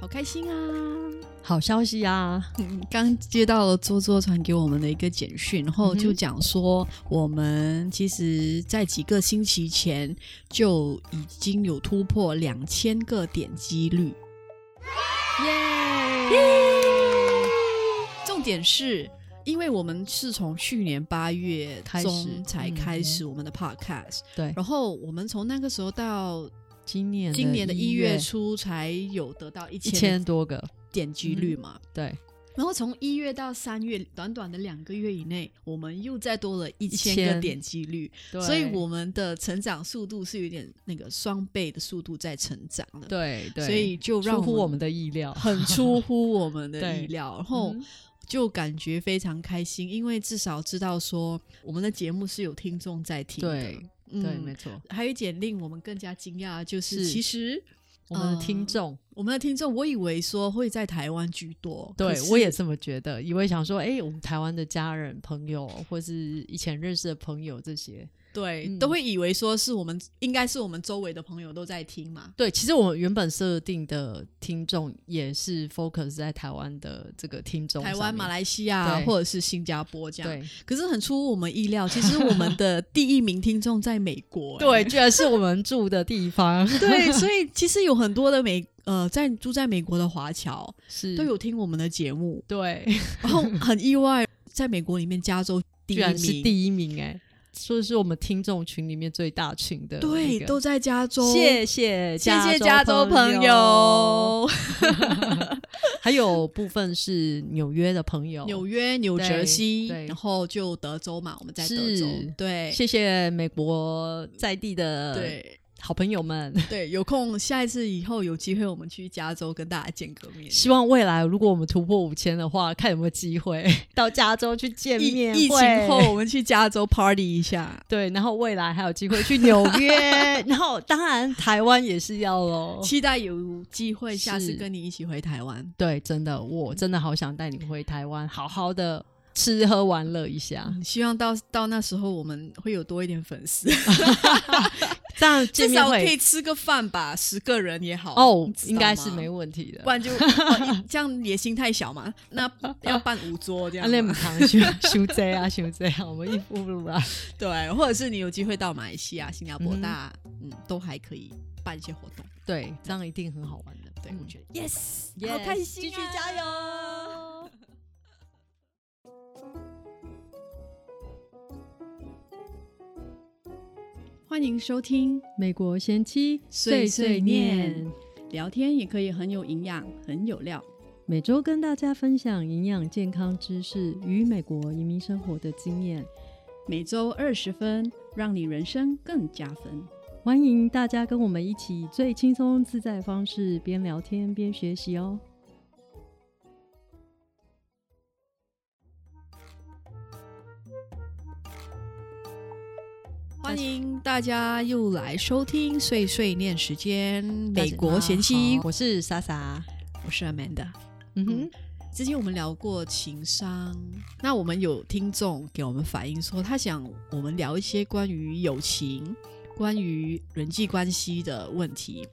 好开心啊！好消息啊！嗯，刚接到了桌桌传给我们的一个简讯，然后就讲说，我们其实在几个星期前就已经有突破两千个点击率。重点是，因为我们是从去年八月开始中才嗯开始我们的 podcast，、对，然后我们从那个时候到今年今年的一一月初才有得到一一千千多个，点击率嘛，对，然后从一月到三月，短短的两个月以内，我们又再多了一千个1000点击率，对所以我们的成长速度是有点那个双倍的速度在成长的，对对，所以就让出乎我们的意料， 很出乎我们的 对意料，然后嗯就感觉非常开心，因为至少知道说我们的节目是有听众在听的，对嗯对，没错，还有一点令我们更加惊讶的就是，是其实我们呃的听众，我们的听众，我以为说会在台湾居多，对可是我也这么觉得，以为想说，哎，我们台湾的家人、朋友，或是以前认识的朋友这些，对，嗯都会以为说是我们应该是我们周围的朋友都在听嘛。对，其实我们原本设定的听众也是 focus 在台湾的这个听众上台面，湾、马来西亚啊对或者是新加坡这样，对可是很出乎我们意料。其实我们的第一名听众在美 国、对，居然是我们住的地方， 对对，所以其实有很多的美呃在住在美国的华侨是都有听我们的节目，对， 然后很意外，在美国里面加州第居一然是名，第一名哎、说是我们听众群里面最大群的那个、对，都在加州。谢谢谢加谢加州朋朋友，友，还有部分是纽约的朋友，纽约、纽对泽西，对然后就德州嘛，我们在德是州，对，谢谢美国在地的对好朋友们。对，有空下一次以后有机会，我们去加州跟大家见个面，希望未来如果我们突破五千的话，看有没有 机会到加州去见疫面疫情会后，我们去加州 party 一下。对，然后未来还有机会去纽 约，然后当然台湾也是要喽。期待有机会下次哦是跟你一起回台湾。对，真的，我真的好想带你回台湾，好好的吃喝玩乐一下，嗯希望到到那时候我们会有多一点粉丝，这样见至面少可以会吃个饭吧，十个人也好哦你，知道应该是吗没问题的不。然就、哦这样野心太小嘛，那要办五桌这啊，样那嘛，么长修 修这啊，修这啊，我们一步步啊。对，或者是你有机会到马来西亚、新加坡，大家嗯都还可以办一些活动，对，这样一定很好玩的。对、我觉得 yes，, 得好开心、啊继续加油。欢迎收听，美国贤妻碎碎念念，聊天也可以很有营养，很有料。每周跟大家分享营养健康知识与美国移民生活的经验，每周二十分，让你人生更加分。欢迎大家跟我们一起以最轻松自在的方式边聊天边学习哦。欢迎大家又来收听碎碎念时间，美国贤大妻家好，我是莎莎。我是 Amanda。嗯哼哼，之前我们聊过情商，那我们有听众给我们反映说，他想我们聊一些关于友情、关于人际关系的问题，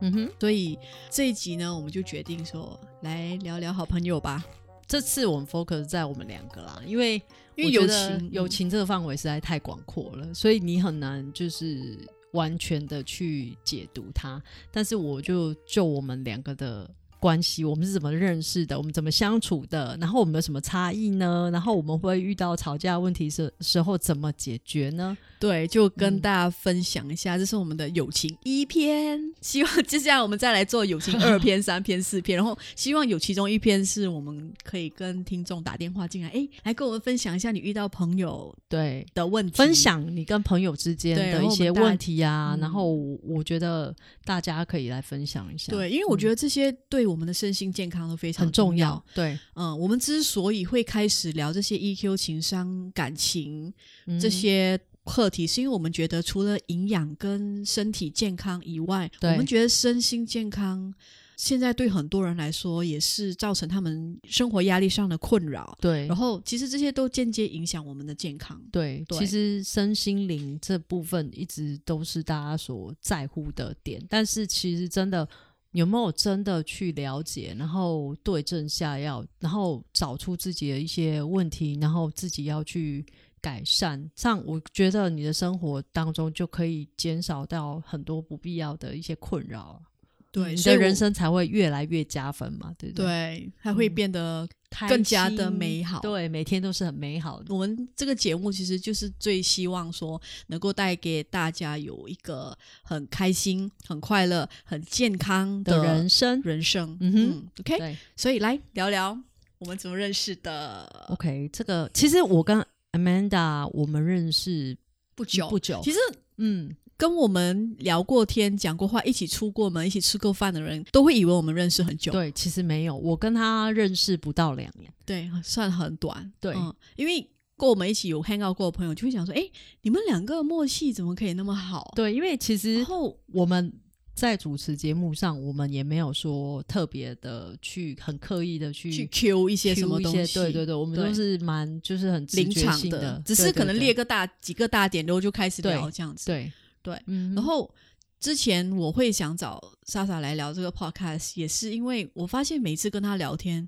嗯哼，所以这一集呢，我们就决定说来聊聊好朋友吧，这次我们 focus 在我们两个啦，因为因为我友觉得情嗯友情这个范围实在太广阔了，所以你很难就是完全的去解读它。但是我就就我们两个的关系，我们是怎么认识的，我们怎么相处的，然后我们有什么差异呢？然后我们会遇到吵架问题时时候怎么解决呢？对，就跟嗯大家分享一下，这是我们的友情一篇，希望接下来我们再来做友情二 篇、三篇、四篇，然后希望有其中一篇是我们可以跟听众打电话进来，哎，来跟我们分享一下你遇到朋友对，的问题，分享你跟朋友之间对然后的一我们些大问题啊，嗯然后我我觉得大家可以来分享一下，，嗯对，因为我觉得这些对我们的身心健康都非常很重要要。，对，嗯，我们之所以会开始聊这些 EQ、情商、感情嗯这些课题，是因为我们觉得除了营养跟身体健康以外，我对们觉得身心健康现在对很多人来说也是造成他们生活压力上的困扰。对然，后，其实这些都间接影响我们的健康。对，对其实身心灵这部分一直都是大家所在乎的点，但是其实真的有没有真的去了解，然后对症下药，然后找出自己的一些问题，然后自己要去改善。这样我觉得你的生活当中就可以减少到很多不必要的一些困扰啊，对，你所以的我人生嗯才会越来越加分嘛，对不对？对，它会变得开更加的心美好。对，每天都是很美好的。我们这个节目其实就是最希望说能够带给大家有一个很开心、很快乐、很健康的人生，人生。嗯嗯哼哼，OK，对所以来聊聊我们怎么认识的。 ，OK，这个其实我跟 Amanda 我们认识不久，不久，其实嗯，跟我们聊过天、讲过话、一起出过门、一起吃过饭的人，都会以为我们认识很久。对，其实没有，我跟他认识不到两年，对，算很短。对嗯，因为跟我们一起有 hang out 过的朋友，就会想说：“哎，你们两个默契怎么可以那么好？”对，因为其实然后我们在主持节目上，我们也没有说特别的去很刻意的去去 Q 一些什 cue 么一东些西，对对对，我们都对是蛮就是很直临觉场性只是可能列个大几个大点，然后就开始聊对这样子。对对嗯，然后之前我会想找莎莎来聊这个 podcast，也是因为我发现每次跟她聊天，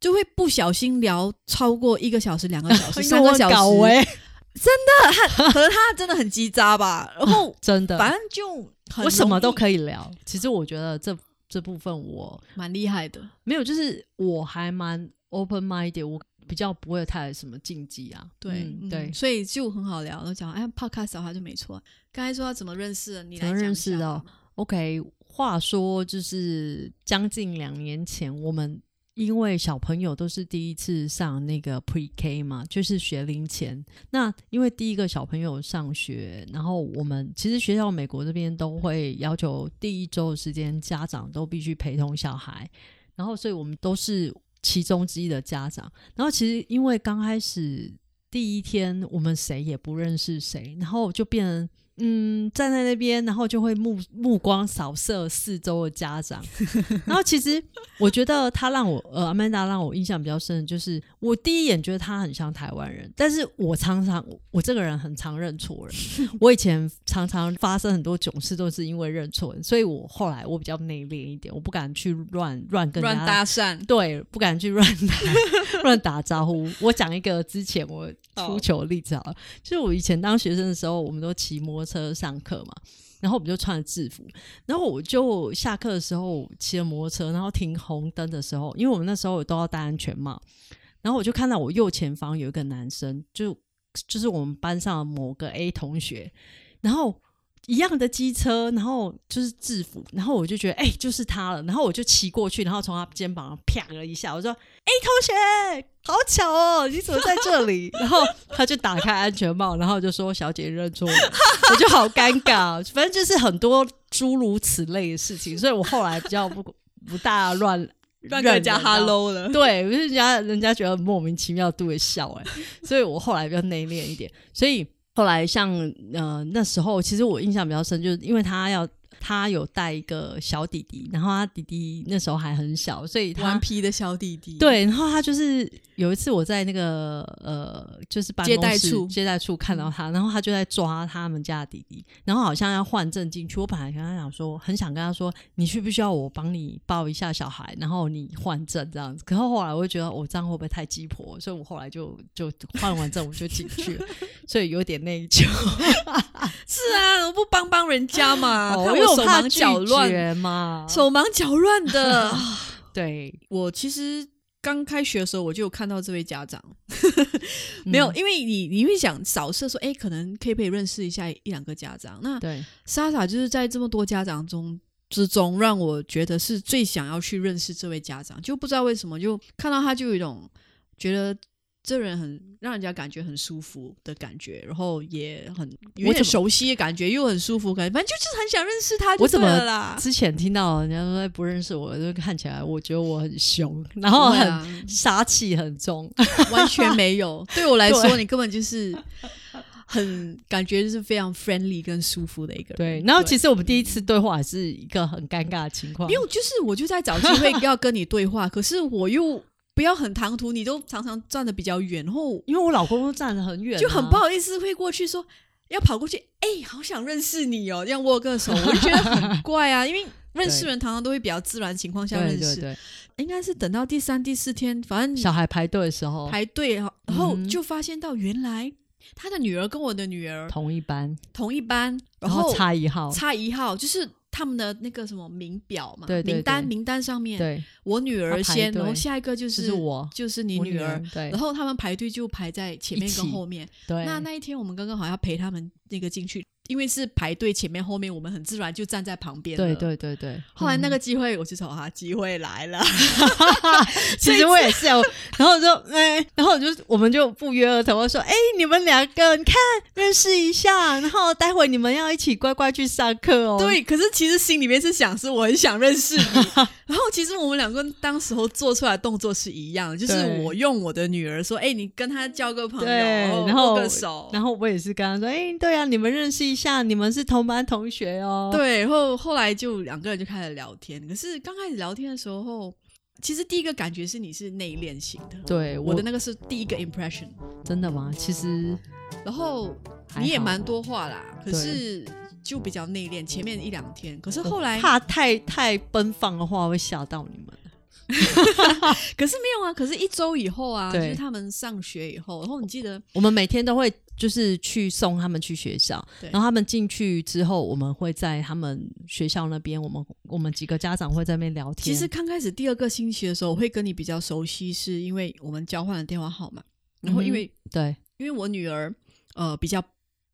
就会不小心聊超过一个小时、两个 小时、三个小时，哎，可能她真的很鸡渣吧。然后 真的，反正就很嗯我什么都以，可以聊。其实我觉得这这部分我蛮厉害的。没有，就是我还蛮 open minded，我比较不会有太什么禁忌啊。对、嗯嗯对，所以就很好聊。都讲哎，podcast 的话就没错。刚才说她怎么认识的，你怎来么讲一认下识的好哦吗？ OK，话说就是将近两年前，我们因为小朋友都是第一次上那个 Pre K 嘛，就是学龄前。那因为第一个小朋友上学，然后我们其实学校美国这边都会要求第一周的时间，家长都必须陪同小孩，然后所以我们都是其中之一的家长。然后其实因为刚开始第一天，我们谁也不认识谁，然后就变成嗯站在那边，然后就会目目光扫射四周的家长。然后其实我觉得他让我呃阿曼达让我印象比较深，的就是我第一眼觉得他很像台湾人，但是我常常我这个人很常认错人，我以前常常发生很多囧事都是因为认错人，所以我后来我比较内敛一点，我不敢去乱乱跟人乱家搭讪，对，不敢去乱打乱打招呼。我讲一个之前我出哦糗的例子好了，就是我以前当学生的时候，我们都骑摩托车上课嘛，然后我们就穿着制服，然后我就下课的时候骑着摩托车，然后停红灯的时候，因为我们那时候都要戴安全帽，然后我就看到我右前方有一个男生，就就是我们班上的某个 A 同学，然后。一样的机车，然后就是制服，然后我就觉得哎、就是他了，然后我就骑过去，然后从他肩膀上啪了一下，我说：“哎、同学，好巧哦，你怎么在这里？” 然后他就打开安全帽，然后就说：“小姐认错我。” 我就好尴尬，反正就是很多诸如此类的事情，所以我后来比较不不大乱乱跟人认家人啊 hello 了。对，我就人家人家觉得很莫名其妙，对我笑哎、所以我后来比较内敛一点。所以后来像呃那时候，其实我印象比较深，就是因为他要他有带一个小弟弟，然后他弟弟那时候还很小，所以他顽皮的小弟弟，对，然后他就是有一次我在那个呃，就是办接公待室处接待处看到他，然后他就在抓他们家的弟弟，然后好像要换证进去。我本来跟他讲说，很想跟他说，你需不需要我帮你抱一下小孩，然后你换证这样子。可是后来我就觉得我、这样会不会太鸡婆，所以我后来就就换完证我就进去 了，所以有点内疚，是啊，我不帮帮人家嘛，哦啊看因为我手怕忙拒脚乱，绝嘛。手忙脚乱的。 对，我其实刚开学的时候，我就有看到这位家长，没有，嗯因为你你会想扫射说，哎，可能可以不可以认识一下一两个家长？那对，莎莎就是在这么多家长中。之中让我觉得是最想要去认识这位家长，就不知道为什么，就看到他就有一种觉得这人很让人家感觉很舒服的感觉，然后也很有点我怎么熟悉的感觉，又很舒服的感觉，反正就是很想认识他就我怎对么了啦。之前听到人家说哎不认识我，就看起来我觉得我很凶，然后对很、啊杀气很重。 完全没有。对我来说，对你根本就是很感觉就是非常 friendly 跟舒服的一个人。对，然后其实实我们第一次对话也是一个很尴尬的情况，没有，就是我就在找机会要跟你对话，可是我又不要很唐突，你都常常站的比较远，然后因为我老公都站得很远啊、就很不好意思会过去 说。要跑过去，哎、好想认识你哦！这样握个手，我就觉得很怪啊，因为认识人常常都会比较自然情况下认对识，对对，应该是等到第三、第四天，反正小孩排队的时候排队，然后嗯就发现到原来他的女儿跟我的女儿同一班，同一班，然后差一号，差一号，就是他们的那个什么名表嘛，对对名单对名单上面，对，我女儿她排先，队然后下一个就就是是我，就是你我女儿儿，，对然后他们排队就排在前面一跟起后面。对，那那一天我们刚刚好像陪他们那个进去，因为是排队前面后面，我们很自然就站在旁边了对。对对对。后来那嗯个机会，我就说啊，机会来了，其实我也是哦， 然后我就哎、然后我就我们就不约而同地说，哎、你们两个你看认识一下，然后待会你们要一起乖乖去上课哦。，对，可是其实心里面是想，是我很想认识你。 然后其实我们两个当时候做出来的动作是一样的，就是对我用我的女儿说：“哎，你跟她交个朋友，对然后后握个手。”然后我也是跟他说，哎、对啊，你们认识一下，你们是同班同学哦。，对，然后后来就两个人就开始聊天。可是刚开始聊天的时候，其实第一个感觉是你是内敛型的，对我我的那个是第一个 impression。真的吗？其实然后还你也好蛮多话啦，可对是就比较内敛，前面一两天。可是后来，怕太太奔放的话会吓到你们。可是没有啊，可是一周以后啊，就对是他们上学以后，然后你记得我们每天都会就是去送他们去学校，对然后他们进去之后，我们会在他们学校那边，我们我们几个家长会在那边聊其天。实刚开始第二个星期的时候，我会跟你比较熟悉，是因为我们交换了电话号码，然嗯后因为、对因为我女儿呃比较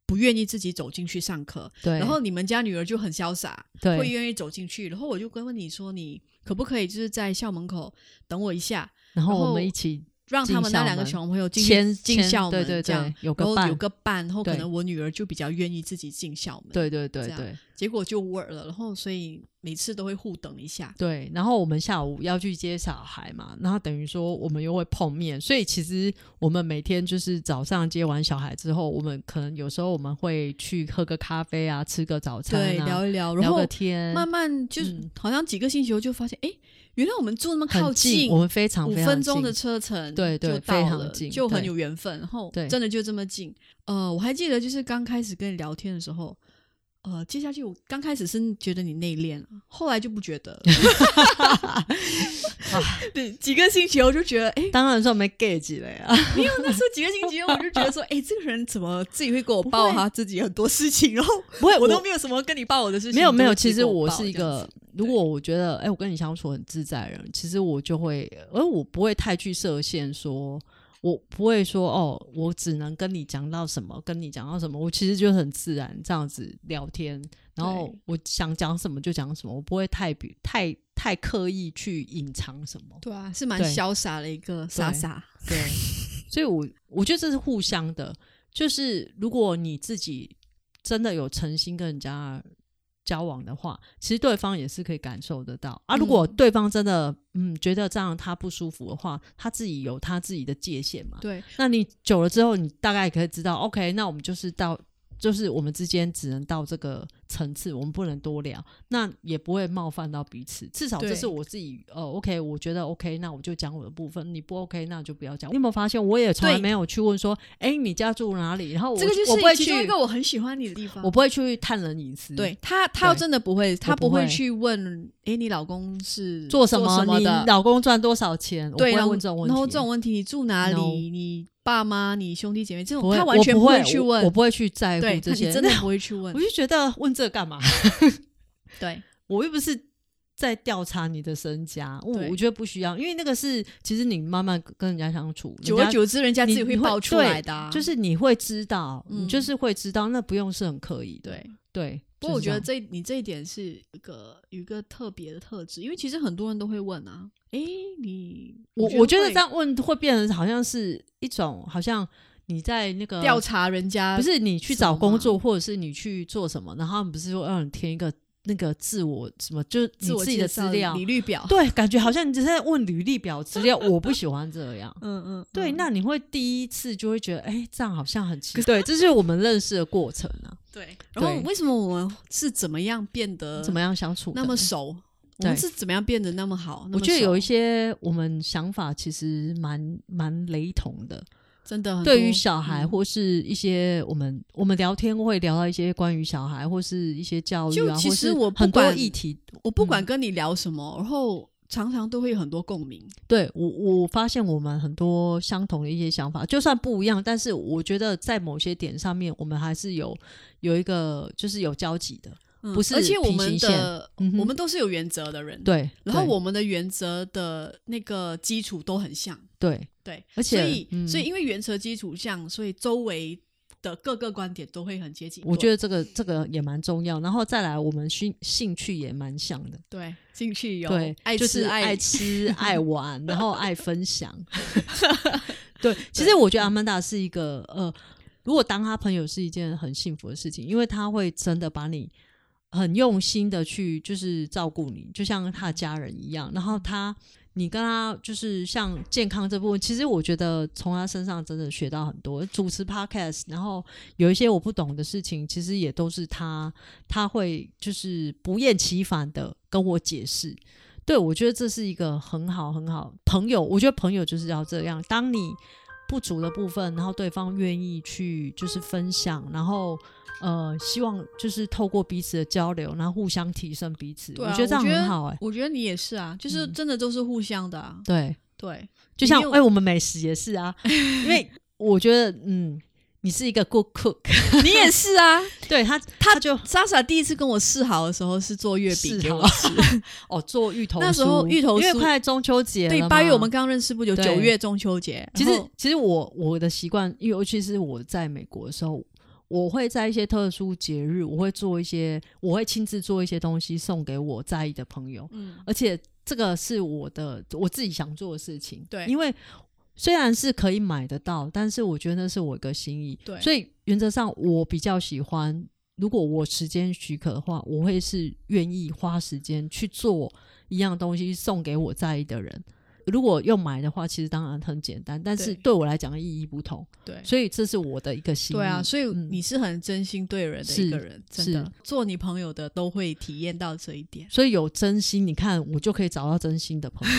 不愿意自己走进去上课，对，然后你们家女儿就很潇洒，对会愿意走进去，然后我就跟问你说，你可不可以就是在校门口等我一下，然后然后我们一起让他们那进校门两个小朋友进签进签校门，对对这样对，有然个后伴，有个伴，然后可对能我女儿就比较愿意自己进校门，，对对对这样对结果就 work 了，然后所以每次都会互等一下，对。然后我们下午要去接小孩嘛，然后等于说我们又会碰面，所以其实我们每天就是早上接完小孩之后，我们可能有时候我们会去喝个咖啡啊，吃个早餐、啊，对，聊一聊，然聊后个天，慢慢就是、嗯好像几个星期后就发现，哎，原来我们住那么很靠近，我们非常五非常分钟的近车程，对对就到非常了近就很对有缘分。然后对真的就这么近。呃，我还记得就是刚开始跟你聊天的时候，呃，接下去我刚开始是觉得你内敛了，后来就不觉得了。 对，几个星期后就觉得，哎，当然说没 get 了呀，没有，那时候几个星期后我就觉得说，哎，这个人怎么自己会给我报他自己很多事情，然后不会我都没有什么跟你报我的事情，没有你都没有，会自己其实跟我我报是一这样个子，如果我觉得哎、我跟你相处很自在的人，其实我就会，而我不会太去设限说。我不会说哦，我只能跟你讲到什么，跟你讲到什么。我其实就很自然这样子聊天，然后对我想讲什么就讲什么，我不会太比太太刻意去隐藏什么。对啊，是蛮对潇洒的一个傻对傻。对，所以我我觉得这是互相的，就是如果你自己真的有诚心跟人家交往的话，其实对方也是可以感受得到啊。嗯如果对方真的嗯觉得这样他不舒服的话，他自己有他自己的界限嘛。对，那你久了之后，你大概也可以知道，OK，那我们就是到。就是我们之间只能到这个层次，我们不能多聊，那也不会冒犯到彼此。至少对这是我自己呃，OK，我觉得 OK，那我就讲我的部分。你不 OK，那就不要讲。你有没有发现，我也从来对没有去问说，哎、你家住哪里？然后我这个就我不会是其去中一，个我很喜欢你的地方。我不会去探人隐私。对他，他对真的不会，他不会会去问，诶，你老公是做什什么？的你？老公赚多少钱？我不对，会然后问这种问题。然后这种问题，你住哪里？ No 你爸妈、你兄弟姐妹这不种，会，他完全我不会去我问。我不会去在对，乎他这些。你真的不会去问我。就觉得问这干嘛？对我又不是在调查你的身家，我对我觉得不需要，因为那个是其实你慢慢跟人家相处，久人而家久之，人家自你己你会爆出对来的啊，就是你会知道，嗯你就是会知道，那不用是很刻意的，对。对。不过就我是这觉得样这你这一点是一个有一个特别的特质，因为其实很多人都会问啊，诶，你我我觉得会这样问会变成好像是一种好像你在那个调。查人家嗯不是你去找什么工作，或者是你去做什么，然后他们不是说让你填一个那个自我什么，就是你自我自己介的绍资料履，历表，对，感觉好像你只是在问履历表资料，我不喜欢这样。嗯嗯，对，嗯那你会第一次就会觉得，哎、这样好像很奇怪。对，这就是我们认识的过程啊，对，然后对为什么我们是怎么样变得呃怎么样相处的那么熟？我对们是怎么样变得那么好？那么我觉得有一熟些我们想法其实蛮蛮雷同的，真的很对多于小孩嗯或是一些我们我们聊天会聊到一些关于小孩或是一些教育啊，就其或实是我不很多管议题，我不嗯管跟你聊什么，然后常常都会有很多共鸣。对我我发现我们很多相同的一些想法，就算不一样，但是我觉得在某些点上面，我们还是有有一个就是有交集的，嗯不是而且我平们行线的、嗯哼我们都是有原则的人，。对。然后对我们的原则的那个基础都很像，对，对。而且所以、嗯所以因为原则基础像，所以周围的各个观点都会很接近。我觉得得这个这个也蛮重要。然后再来，我们兴兴趣也蛮像的，对，进去有对，爱吃就是爱 爱吃爱玩，然后爱 分享。对，其实我觉得阿曼达是一个呃，如果当他朋友是一件很幸福的事情，因为他会真的把你很用心的去就是照顾你，就像他的家人一样。然后他，你跟他就是像健康这部分，其实我觉得从他身上真的学到很多。主持 podcast，然后有一些我不懂的事情，其实也都是他他会就是不厌其烦的跟我解释。对，我觉得这是一个很好很好朋友。我觉得朋友就是要这样，当你不足的部分，然后对方愿意去就是分享，然后呃，希望就是透过彼此的交流，然后互相提升彼此。对、我啊，觉得这样很好哎、我觉得你也是啊，就是嗯真的都是互相的啊。对， 对，就像因哎、为我们美食也是啊，因 为我觉得嗯，你是一个 good cook，你也是啊。对他他他就莎莎第一次跟我示好的时候是做月饼是给我好 哦做芋头酥，那时候芋头因为酥快中秋节了对嘛，八月我们刚认识不久，对九月中秋节，其然实后，其实我我的习惯，因为尤其是我在美国的时候，我会在一些特殊节日，我会做一些，我会亲自做一些东西送给我在意的朋友，嗯，而且这个是我的我自己想做的事情。对因为虽然是可以买得到，但是我觉得那是我一个心意。对所以原则上我比较喜欢，如果我时间许可的话，我会是愿意花时间去做一样东西送给我在意的人。如果要买的话，其实当然很简单，但是对对我来讲意义不同，对。所以这是我的一个心意。对啊，所以嗯你是很真心对人的一个是人，真的做你朋友的都会体验到这一点。所以有真心，你看我就可以找到真心的 朋友，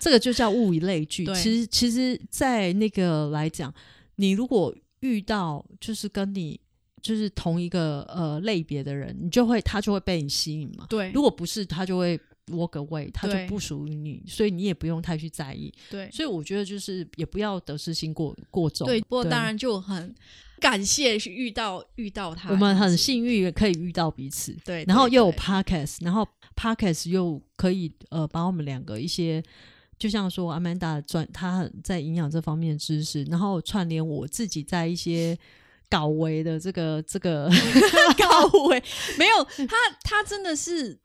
这个就叫物以类聚。对其实，其实，在那个来讲，你如果遇到就是跟你就是同一个呃类别的人，你就会他就会被你吸引嘛。对如果不是，他就会 walk away，他就对不属于你，所以你也不用太去在意。对所以我觉得就是也不要得失心过过重。对，不过当然就很感谢是遇到遇到他，我们很幸运可以遇到彼此。对，然后对又有对 podcast，然后 podcast 又可以呃把我们两个一些，就像说阿曼达专她很在营养这方面的知识，然后串联我自己在一些搞维的这个这 个高伟没有他，他真的是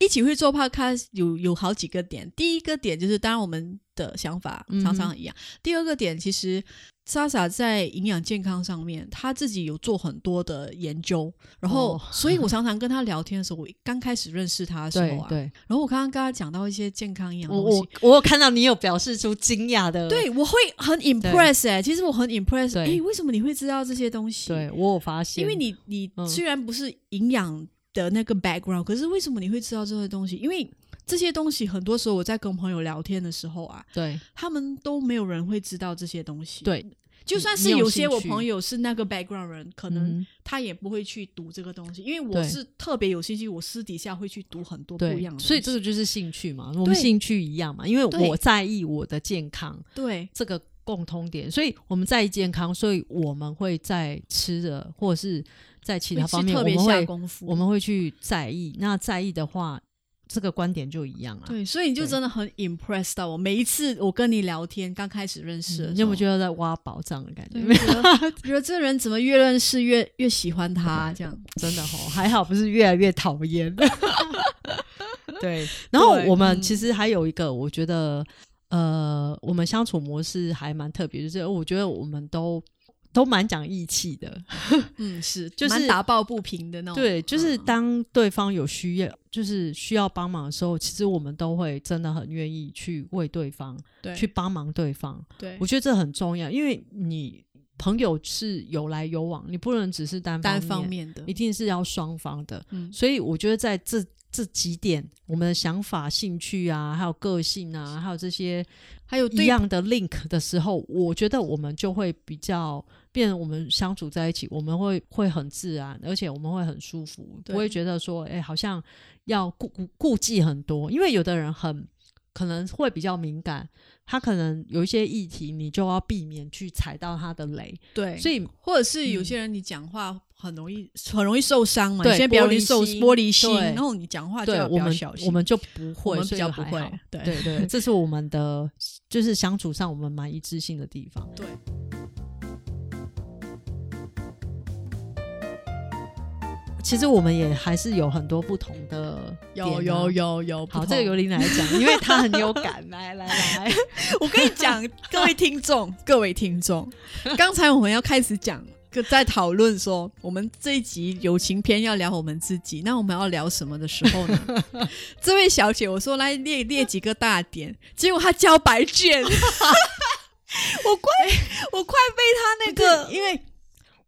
一起会做 podcast 有有好几个点。第一个点就是，当然我们的想法嗯哼常常很一样。第二个点，其实莎莎在营养健康上面，她自己有做很多的研究，然后、哦所以我常常跟她聊天的时候，我刚开始认识她的时对候啊，对，然后我刚刚跟她讲到一些健康营养我东西我。我有看到你有表示出惊讶的，对，我会很 impress 哎、其实我很 impress 哎、对为什么你会知道这些东西？对我有发现，因为你你嗯虽然不是营养的那个 background，、可是为什么你会知道这些东西？因为这些东西很多时候我在跟朋友聊天的时候啊，对他们都没有人会知道这些东西。，对，就算是你有有些兴我趣朋友是那个 background 人，可能嗯他也不会去读这个东西，因为我对是特别有兴趣，我私底下会去读很多不一对样，的。所以这个就是兴趣嘛，我们对兴趣一样嘛，因为对我在意我的健康，对这个共通点，所以我们在意健康，所以我们会在吃的或者是在其他会方是面，特我别们下会功夫。我们会去在意。那在意的话，这个观点就一样啊。对，所以你就对真的很 impress 到我。每一次我跟你聊天，刚开始认识的时候，嗯你有没有觉得在挖宝藏的感觉？对，我觉得觉得这人怎么越认识越越喜欢他、啊这 样。真的哦，还好不是越来越讨 厌。对，然后对我们嗯其实还有一个，我觉得呃，我们相处模式还蛮特别，就是我觉得我们都都蛮讲义气的。嗯，是，就是蛮打抱不平的那种。对，就是嗯当对方有需要，就是需要帮忙的时候，其实我们都会真的很愿意去为对方对去帮忙对方。对我觉得这很重要，因为你朋友是有来有往，你不能只是单单方方面面的一，定是要双方的。嗯，所以我觉得在这这几点，我们的想法、兴趣啊，还有个性啊，还有这些还有一对样的 link 的时候，我觉得我们就会比较变，我们相处在一起，我们会会很自然，而且我们会很舒服，对不会觉得说，哎、好像要顾顾顾忌很多，因为有的人很。可能会比较敏感，他可能有一些议题，你就要避免去踩到他的雷。对，所以以或者是有嗯些人你讲话很容易很容易受伤嘛，对你先不要容易受玻璃心玻璃心，对然后你讲话就对要比我较们小心，我们就不我会，们所比以较就不还会好，对对对，这是我们的就是相处上我们蛮一致性的地方。对。其实我们也还是有很多不同的点啊、有有有有，不好，同这个由林来讲，因为他很有感。 来来来，我跟你讲，各位听众， 各位听众，刚才我们要开始讲，在讨论说我们这一集友情篇要聊我们自己，那我们要聊什么的时候呢？ 这位小姐，我说来列列几个大点，结果她交白卷，我快我快被她那个，因为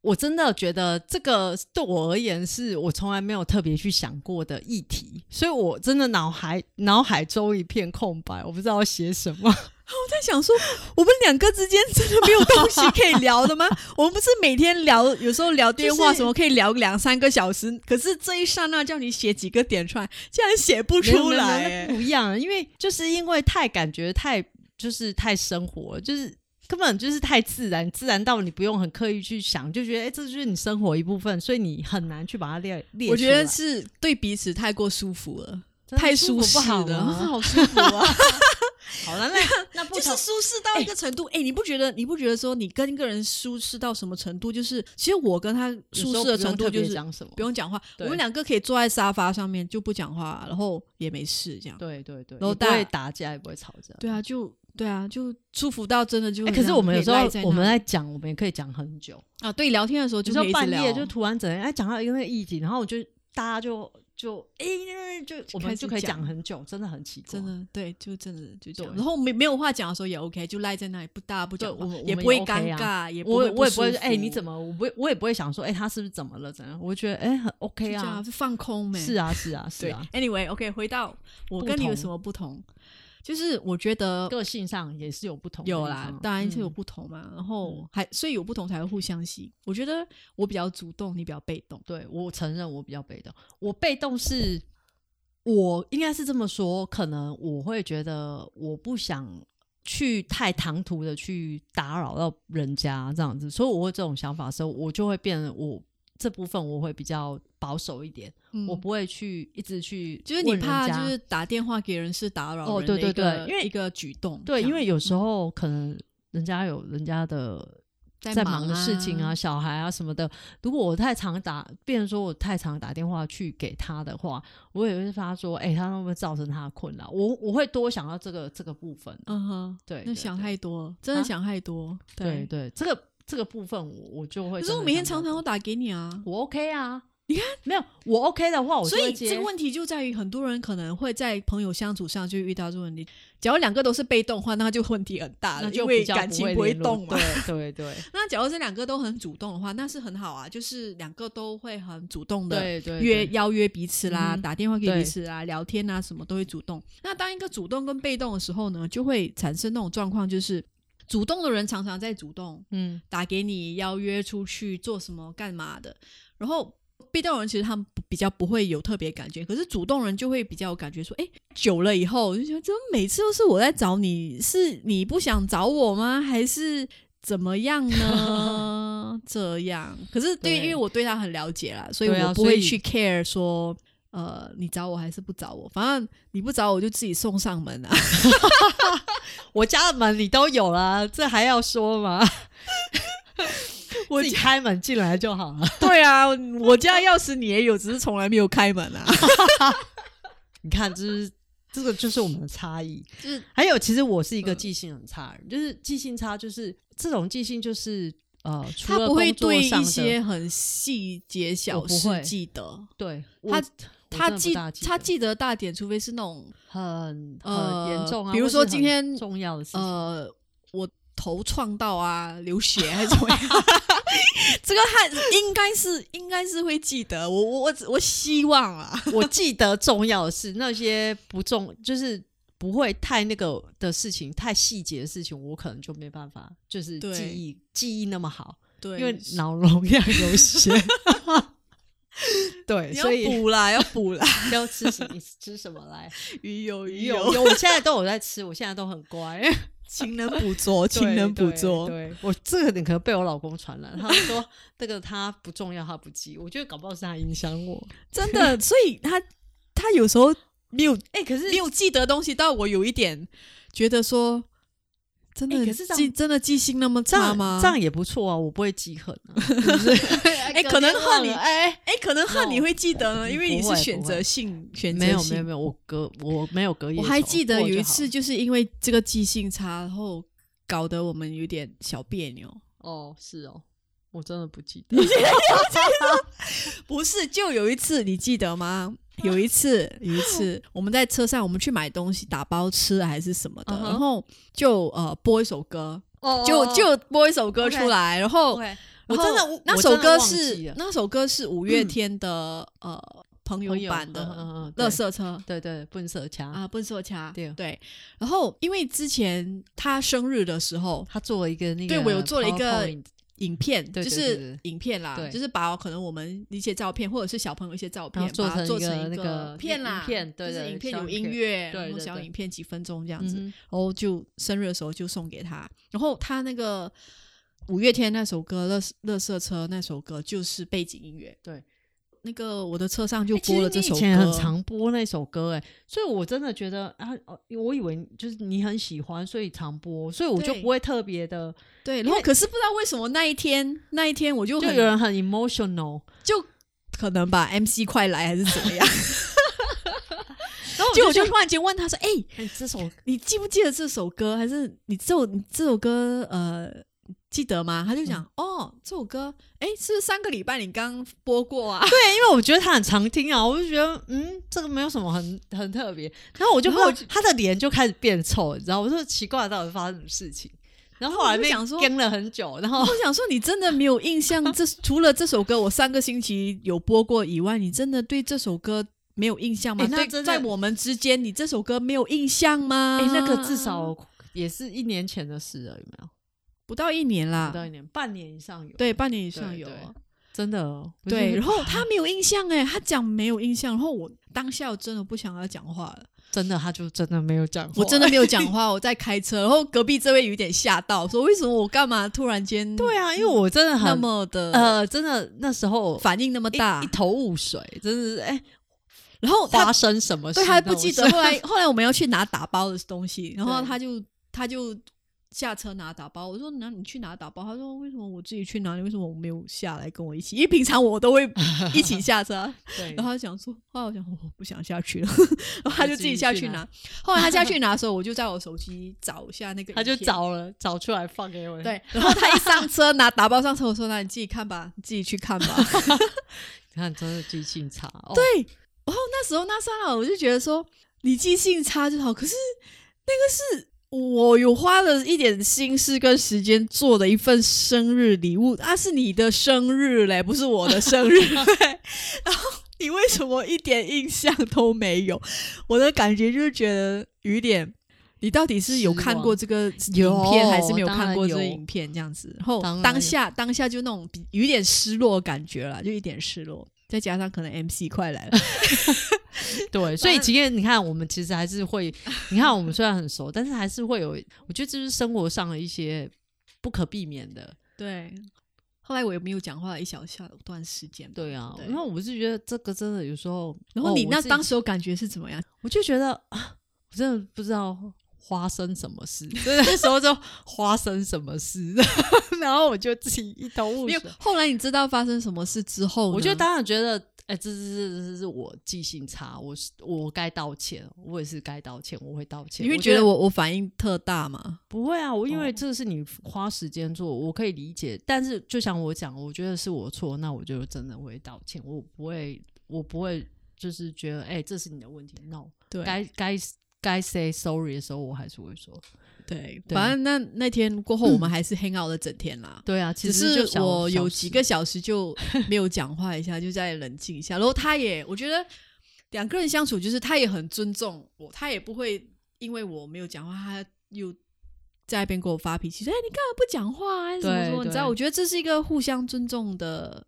我真的觉得这个对我而言是我从来没有特别去想过的议题，所以我真的脑海脑海中一片空白，我不知道要写什么。我在想说，我们两个之间真的没有东西可以聊的 吗？我们不是每天聊，有时候聊电话就是什么可以聊两三个小时，可是这一刹那叫你写几个点出来，竟然写不没 有出没有来、没有那欸。不一样，啊因为就是因为太感觉太就是太生活了，就是根本就是太自然，自然到你不用很刻意去想，就觉得哎、诶这就是你生活一部分，所以你很难去把它列列出来。我觉得是对彼此太过舒服了，真的太舒舒服适不好了，吗 好舒服啊！ 好 了，那那不就是同舒适到一个程度，哎、你不觉得？你不觉得说你跟一个人舒适到什么程度？就是其实我跟他舒适的程度就有时候不用特别是讲什么不。用讲话，我对们两个可以坐在沙发上面就不讲话，然后也没事这样。对对对，然后你不大会打架，也不会吵架。对啊，就对啊，就舒服到真的就哎、会这可样、是我们有时候可以赖在那我们在讲，我们也可以讲很久。啊，对，聊天的时候有就时可候以一直半聊夜就突然怎样，哎，讲到一个议题，然后我就大家就就哎、就我开们始就可以讲讲很久，真的很奇怪。真的对，就真的就这样。对然后没没有话讲的时候也 OK，就赖在那里不大不对讲话我们，我也们不会也 OK 尴尬，啊也我会也我也不不会舒说，哎、你服怎么？我不会，我也不会想说，哎、他是不是怎么了？怎样？我觉得，哎、很 OK 就这啊样，就放空没？是啊，是啊，是对啊。 Anyway OK，回到我跟你有什么不同？就是我觉得个性上也是有不同的地有方，啦，当然是有嗯不同嘛。然后还所以有不同才会互相吸引。我觉得我比较主动，你比较被动。对我承认我比较被动，我被动是，我应该是这么说，可能我会觉得我不想去太唐突的去打扰到人家这样子，所以我会这种想法的时候，我就会变得我这部分我会比较保守一点，嗯我不会去一直去就是你问人怕家就是打电话给人是打扰哦人的一对对个对因为一个举动，对，这样嗯因为有时候可能人家有人家的在在忙忙的事情啊、啊小孩啊什么的。如果我太常打，变成说我太常打电话去给他的话，我也会发说，哎、他会不会造成他的困扰？我我会多想到这个这个部分。嗯哼，对，那对想对太多，真的啊想太多，对。对，这个这个部分我我就可会真的想到。是我每天常常都打给你啊，我 OK 啊，你看没有我 OK 的哦话，我就所会以接这个问题就在于很多人可能会在朋友相处上就遇到这个问题。假如两个都是被动的话，那就问题很大那了，就啊因比为较感情不不会会联络动嘛。 对对对那假如这两个都很主动的话，那是很好啊，就是两个都会很主动的对对，约对邀约彼此啦，嗯哼打电话给对彼此啦，聊天啊，什么都会主动。那当一个主动跟被动的时候呢，就会产生那种状况，就是主动的人常常在主动嗯打给你邀约出去做什么干嘛的，然后。被动人其实他们不比较不会有特别感觉，可是主动人就会比较有感觉说，哎，久了以后我就觉得，怎么每次都是我在找你，是你不想找我吗？还是怎么样 呢？这样，可是对，因对为我对他很了解啦，所以对啊我不会所以去 care 说，呃，你找我还是不找我，反正你不找我就自己送上门啊。我家的门你都有啦，这还要说吗？我 自己开门进来就好了。对啊，我家钥匙你也有，只是从来没有开门啊。你看，就是这个就是我们的差异。 就是还有，其实我是一嗯个记性很差的人，就是记性差，就是这种记性就是呃，除他了不会工作对上一的些很细节我小不事会记得，对他我我他真的不记大他得记得大点，除非是那种很很呃严重啊，比如或是说今很天重要的事情，呃，我头撞到啊，流血还是怎么样？ 这个汉应该是应该是会记得，我我我只我希望 啊，我记得重要的是那些不重，就是不会太那个的事情，太细节的事情，我可能就没办法，就是对记忆记忆那么好，对，因为脑容量 有限。对，你要所以补啦，要补 啦，要吃什么吃什么来？鱼油鱼有有，我现在都有在吃，我现在都很 乖。勤能补拙，勤能补拙，对我这个你可能被我老公传染，他说那个他不重要，他不记，我觉得搞不好是他影响我。真 的，所以他他有时候没有哎、可是没有记得东西，但我有一点觉得说，真的、哎可是这样记真的记性那么这差样吗？这样也不错啊，我不会记恨 啊。是不是哎可能恨你哎、哎、可能恨嗯你会记得呢， No，因为你不是会选不择会性选择没有性没有没有，我隔我没有隔夜我仇。还记得过有就一好次，就是因为这个记性差，然后搞得我们有点小别扭。哦，是哦，我真的不记 得。不是，就有一次，你记得吗？有一次，有一次，我们在车上，我们去买东西，打包吃还是什么的嗯哼然后就呃播一首歌，哦就就播一首歌出来然后 我然后真的我那我首真的歌忘记是了嗯那首歌是五月天的、呃朋友朋友版嗯嗯的嗯《乐对色车》对对笨色掐、啊，笨手掐对哦对。然后因为之前他生日的时候，他做了一个那个，对我有做了一个影片对就对对是对影片啦，对就是把可能我们一些照片或者是小朋友一些照然片后，做把它成做一个成一那个片影啦，片对就是对影片小有影音片乐，对然后对小对影片几分钟这样嗯子，哼然后就生日的时候就送给他，然后他那个五月天那首歌《乐乐色车》那首歌就是背景音乐，对，那个我的车上就欸其播实了这你首以歌，前很常播那首歌、欸，哎，所以我真的觉得啊，哦我以为就是你很喜欢，所以常播，所以我就对不会特别的，对，然后可是不知道为什么那一天那一天我就就很有人很 emotional，就可能吧，MC 快来还是怎么 样，然后就我就就突然间问他说：“哎、哎这 首你记不记得这首歌？还是你这首你这首歌呃记得吗？”他就讲：“嗯哦，这首歌，哎，是不是上个礼拜你刚播过啊对，因为我觉得他很常听啊，我就觉得嗯，这个没有什么很很特别，然后我就然后后他的脸就开始变臭，你知道，我说奇怪，到底发生什么事情？然后后然后我来就被想说跟了很久，然？”后我想说，你真的没有印象这除了这首歌我上个星期有播过以外，你真的对这首歌没有印象吗？哎那对，真的在我们之间，你这首歌没有印象吗？哎、那个至少啊也是一年前的事了，有没有？不到一年啦不，到一年，半年以上有，对，半年以上对有对啊。真的哦，我就对，觉然得后他没有印象哎，他讲没有印象，然后我当下我真的不想跟他讲话了，真的，他就真的没有讲话。我真的没有讲话，我在开车，然后隔壁这位有点吓到，说为什么我干嘛突然间对啊，因为我真的嗯那很么的、呃，真的那时候反应那么一大一，头雾水，真的是哎，然后发他生什么事？对他还不记得， 那种后来后来我们要去拿打包的东西，然后对他就他就。下车拿打包，我说那你去拿打包，他说为什么我自己去拿？为什么我没有下来跟我一起？因为平常我都会一起下车啊，事，然然后后他想说，后来我想我不想下去了，然后他就自己下去就拿。后来他下去拿的时候，我就在我手机找一下那个影片，他就找了找出来放给我。对，，然后他一上车拿打包上车，我说那你自己看吧，你自己去看吧。你看真的记性差，哦对，然后那时候那算了，我就觉得说你记性差就好，可是那个是。我有花了一点心思跟时间做的一份生日礼物，啊，是你的生日嘞，不是我的生 日嘞。然后你为什么一点印象都没有？我的感觉就是觉得有点，你到底是有失看望过这个影有片，还是没有当看然过这个有影片？这样子，然后当然当有下当下就那种比有一点失落的感觉了，就一点失落，再加上可能 MC 快来了， 对，所以正今天你看，我们其实还是会，你看我们虽然很熟，但是还是会有，我觉得这是生活上的一些不可避免的。对，后来我也没有讲话一小小段时间。对啊，对然后我是觉得这个真的有时候，然后哦你我那自己当时候感觉是怎么样？我就觉得啊，我真的不知道发生什么事， 所以那时候就发生什么事， 然后我就自己一头雾没有水。，后来你知道发生什么事之后呢，我就当然觉得，哎、这这这这是我记性差，我是我该道歉，我也是该道歉，我会道歉。你会我觉得我我反应特大嘛？不会啊，我因为哦这是你花时间做，我可以理解。但是就像我讲，我觉得是我错，那我就真的会道歉，我不会，我不会就是觉得，哎、这是你的问题，no。对，该该该 say sorry 的时候，我还是会说。对，对反正那那天过后，我 们还是 hang out 了整天啦。对啊，其只实就是小我有几，个小小时就没有讲话一下，就在冷静一下。然后他也，我觉得两个人相处就是他也很尊重我，他也不会因为我没有讲话，他又在那边给我发脾气，说：“哎，你干嘛不讲话啊？还是什么对什么？”你知道，对我觉得这是一个互相尊重的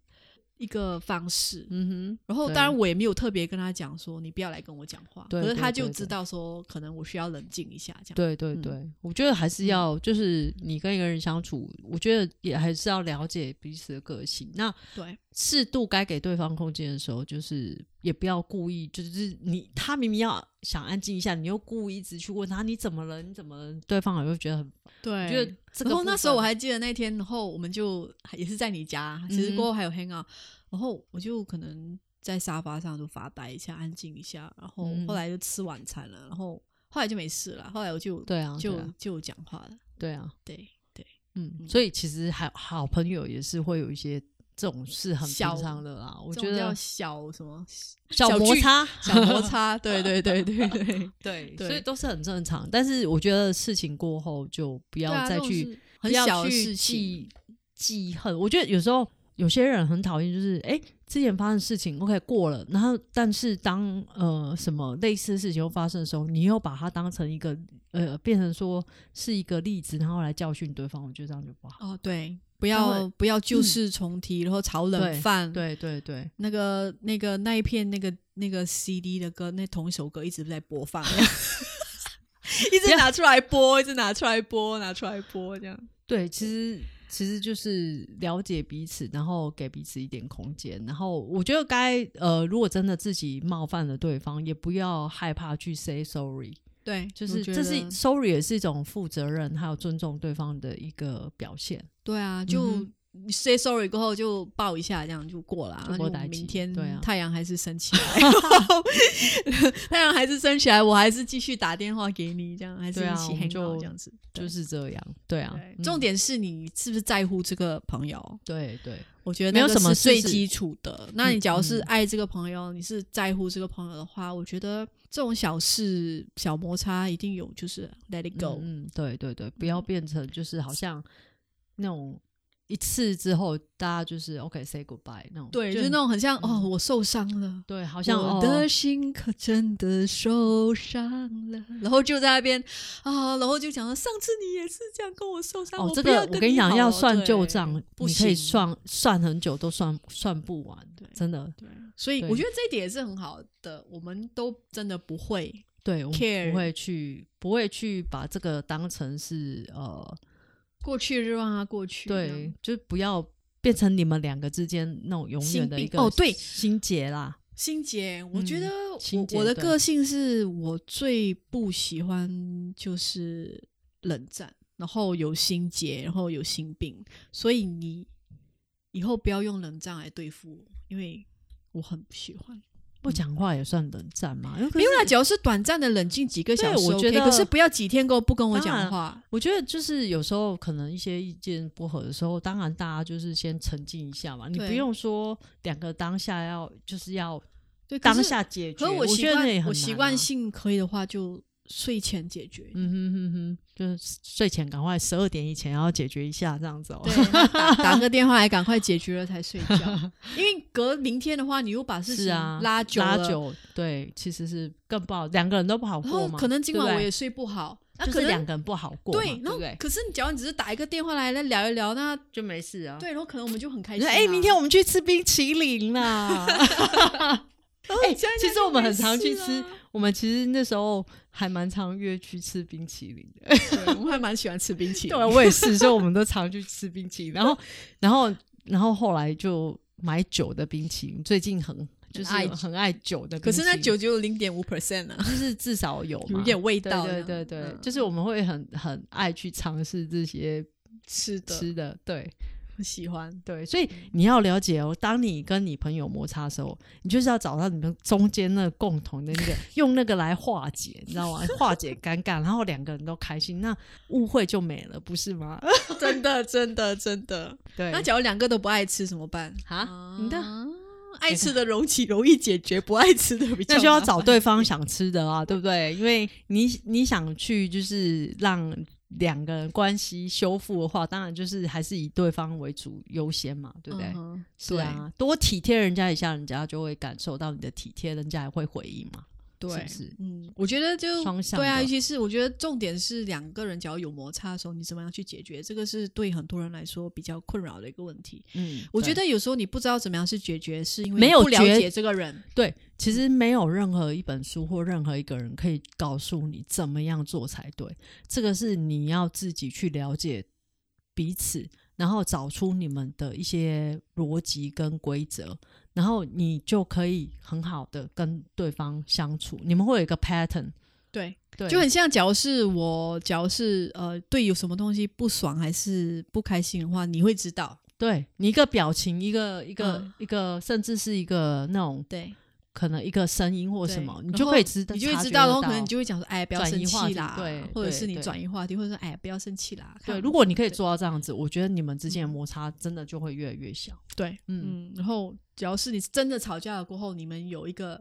一个方式。嗯然后，对当然我也没有特别跟他讲说你不要来跟我讲话，对可是对他对就对知道说可能我需要冷静一下这哼，样。对对嗯对，我觉得还是要，就是你跟一个人相处，我觉得也还是要了解彼此的个性。那对适度该给对方空间的时候，就是也不要故意，就是你他明明要想安静一下，你又故意一直去问他你怎么了，你怎么了，对方好像会觉得很，对，我觉得这个然后部那时候分我还记得那天，然后我们就也是在你家，其实嗯过后还有 hang out，、然后我就可能在沙发上就发呆一下，安静一下，然后嗯后来就吃晚餐了，然后后来就没事了，后来我就对啊，就对啊就讲话了，对啊，对对，嗯，所以其实还好朋友也是会有一些这种是很小平常的啦，我这觉种叫得小什 么小小摩剧擦，小摩擦，对对对对 对，对，对所以都是很正常。但是我觉得事情过后就不对要啊再这种去、是很小的事情，记记恨。我觉得有时候有些人很讨厌，就是哎、诶之前发生事情 OK 过了，然后但是当呃什么类似的事情又发生的时候，你又把它当成一个呃变成说是一个例子，然后来教训对方，我觉得这样就不好。哦对，不就要会嗯不要旧事重提，然后炒冷对饭，对对对，那个、那个、那一片、那个、那个 CD 的歌，那同一首歌一直在播放， 一直拿出来播，一直拿出来播，拿出来播，这样。对，其实其实就是了解彼此，然后给彼此一点空间。然后我觉得该呃，如果真的自己冒犯了对方，也不要害怕去 say sorry，对，就是我觉这得是 sorry 也是一种负责任，还有尊重对方的一个表现。对啊，就嗯 say sorry 过后就抱一下，这样就过了。就那过就代明际天对啊太阳还是升起来， 然后太阳还是升起来，我还是继续打电话给你，这样还是一对啊起我们 hang out 就这样子。对就是这样，对啊对，嗯重点是你是不是在乎这个朋友？对对我觉得没有那个什么是最事是基础的。那你嗯只要是嗯爱这个朋友，你是在乎这个朋友的话，我觉得这种小事、小摩擦一定有，就是 let it go。嗯嗯对对对，不要变成就是好像那种一次之后大家就是 OK say goodbye 那种，对，就是那种很像、嗯哦，我受伤了。对，好像我哦的心可真的受伤了，然后就在那边啊，然后就讲到上次你也是这样跟我受伤，哦，这不要个跟跟你讲，好要了算旧对账，不你可以行算算很久都算算不完对，真的。对，所以对我觉得这一点也是很好的，我们都真的不会对，我们 care 不会去不会去把这个当成是呃，过去就让它过去，这样对，就是不要变成你们两个之间那种永心远的一病个哦对心结啦。心结，我觉嗯得心我结我的对个性是我最不喜欢就是冷战，然后有心结，然后有心病，所以你以后不要用冷战来对付我，因为我很不喜欢。不讲话也算冷战嘛？因为可没有啦，是只要是短暂的冷静几个小对时 OK，我觉得可是不要几天跟我不跟我当讲然话。我觉得就是有时候可能一些意见不合的时候，当然大家就是先沉静一下嘛，你不对用说两个当下要就是要对，可当是下解决。可是我习觉得那惯也很我习难惯啊性可以的话就睡前解决。嗯哼哼哼，就是睡前赶快十二点以前要解决一下这样子哦。对，那 打打个电话来，赶快解决了才睡觉，因为隔明天的话，你又把事情是啊，拉久了拉久，对，其实是更不好，两个人都不好然过后嘛。可能今对不晚我对也睡不好，那就可是能两个人不好过嘛，对，然对后不对？可是你只要你只是打一个电话来来聊一聊，那就没事啊。对，然后可能我们就很开你心说啊。哎，明天我们去吃冰淇淋啦。 哎，这样应其该实就我们没很常去事啊吃，我们其实那时候还蛮常约去吃冰淇淋的。对，我们还蛮喜欢吃冰淇淋。 对，啊我也是，所以我们都常去吃冰淇淋。然后，然后，然后后来就买酒的冰淇淋，最近很就是爱很爱酒的 可冰淇是淋。那九九零点五 percent 啊，就是至少有嘛有点味道这对样。对对对，嗯就是我们会很很爱去尝试这些吃的，吃的，对我喜欢。 对，所以嗯你要了解哦，当你跟你朋友摩擦的时候，你就是要找到你们中间那个共同的那个，用那个来化解，你知道吗？化解尴尬，然后两个人都开心，那误会就没了，不是 吗？真的，真的，真的。对，那假如两个都不爱吃怎么办？啊，你的啊爱吃的容易容易解决，不爱吃的比较那就要麻烦嗯找对方想吃的啊，对不对？因为你你想去就是让两个人关系修复的话，当然就是还是以对方为主优先嘛，对不对？嗯哼是啊，多体贴人家一下，人家就会感受到你的体贴，人家也会回应嘛。对，是不是嗯，我觉得就双向的对啊，尤其是我觉得重点是两个人只要有摩擦的时候，你怎么样去解决，这个是对很多人来说比较困扰的一个问题。嗯，我觉对得有时候你不知道怎么样去解决，是因为没有你不了觉解这个人。对，其实没有任何一本书或任何一个人可以告诉你怎么样做才对，这个是你要自己去了解彼此，然后找出你们的一些逻辑跟规则，然后你就可以很好的跟对方相处，你们会有一个 pattern，对，对，就很像，假如是我，假如是呃，对有什么东西不爽还是不开心的话，你会知道。对你一个表情，一个一个、嗯一个，甚至是一个那种对，可能一个声音或对什么，你然就后可以知道，你就会察知觉道，得然后可到能你就会讲说，哎，不要转生移话气题啦，对或者对是你对转移话题，或者说，哎，不要生气啦。看对，我如果你可以对做到这样子，我觉得你们之间的摩擦真的就会越来越小。对，嗯，嗯，然后只要是你真的吵架了过后，你们有一个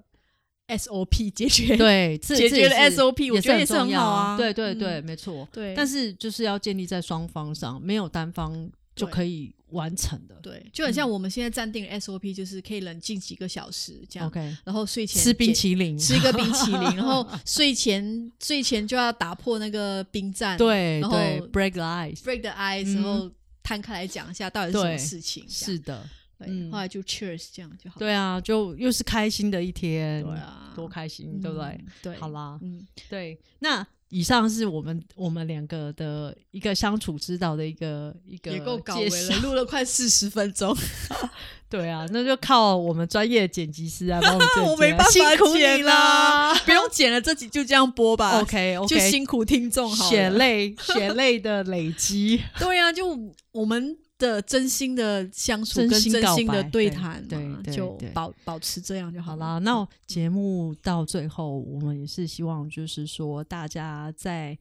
SOP 解决，对，这解这决也了是 SOP，我也觉得也是很重很要好啊。对对对，嗯没错。对，但是是就是要建立在双方上，没有单方就对可以完成的。对，就很嗯像我们现在暂定 SOP，就是可以冷静几个小时这样， OK，然后睡前吃冰解淇淋，吃一个冰淇淋，然后睡前睡前就要打破那个冰战， 对然对后，break the ice， ，break the ice，、嗯然后摊开来讲一下到底是什么对事情，这是样的，对，嗯后来就 cheers 这样就好，对啊，就又是开心的一天，对啊多开心，嗯对不对？？对，好，啦，嗯，对，那以上是我们我们两个的一个相处之道的一个一个也够搞介为绍了，录了快四十分钟， 对啊，那就靠我们专业的剪辑 师来帮我们剪辑啊，我没办法辛苦你剪啊啦啦。不用剪了，这集就这样播 吧。 OK OK，就辛苦听众好了血泪血泪的累 积，对啊，就我们的真心的相处真跟心真告心的白对对谈嘛，对对就对保保持这样就好好了。啦，那节目到最后，我们也是希望就是说，大家在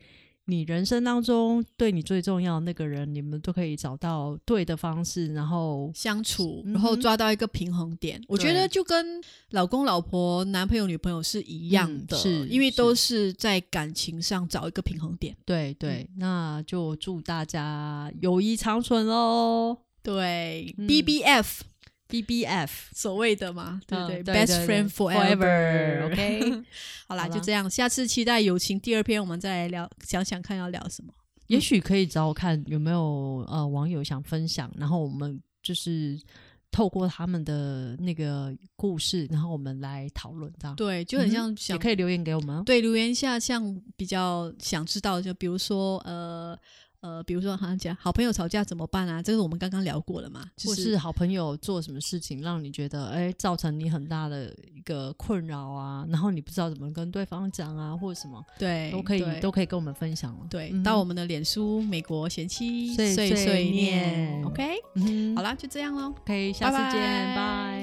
你人生当中对你最重要的那个人，你们都可以找到对的方式，然后相处，嗯哼然后抓到一个平衡点。我觉得就跟老公、老婆、男朋友、女朋友是一样的，嗯是因为都是在感情上找一个平衡点。对对，嗯那就祝大家友谊长存喽对、嗯 b b f ，BBF，所谓的嘛，对不嗯对,、对 b e s t 对 friend 对 forever， forever。 OK 好啦，好啦就这样，下次期待友情第二篇，我们再来聊，想想看要聊什么。也许可以找我看有没有呃网友想分享，然后我们就是透过他们的那个故事，然后我们来讨论这样。，嗯对，就很像也想、可以留言给我们哦。对留言一下，像比较想知道，就比如说呃。呃，比如说好像讲好朋友吵架怎么办啊？这个我们刚刚聊过了嘛，就或哦是啊好朋友做什么事情让你觉得哎、造成你很大的一个困扰啊，然后你不知道怎么跟对方讲啊，或者什么对，都可以对都可以跟我们分享了。对嗯，哼到我们的脸书“美国贤妻碎碎碎碎念念 ”，OK，嗯哼好啦，就这样喽。 ，OK，下次见，拜拜拜。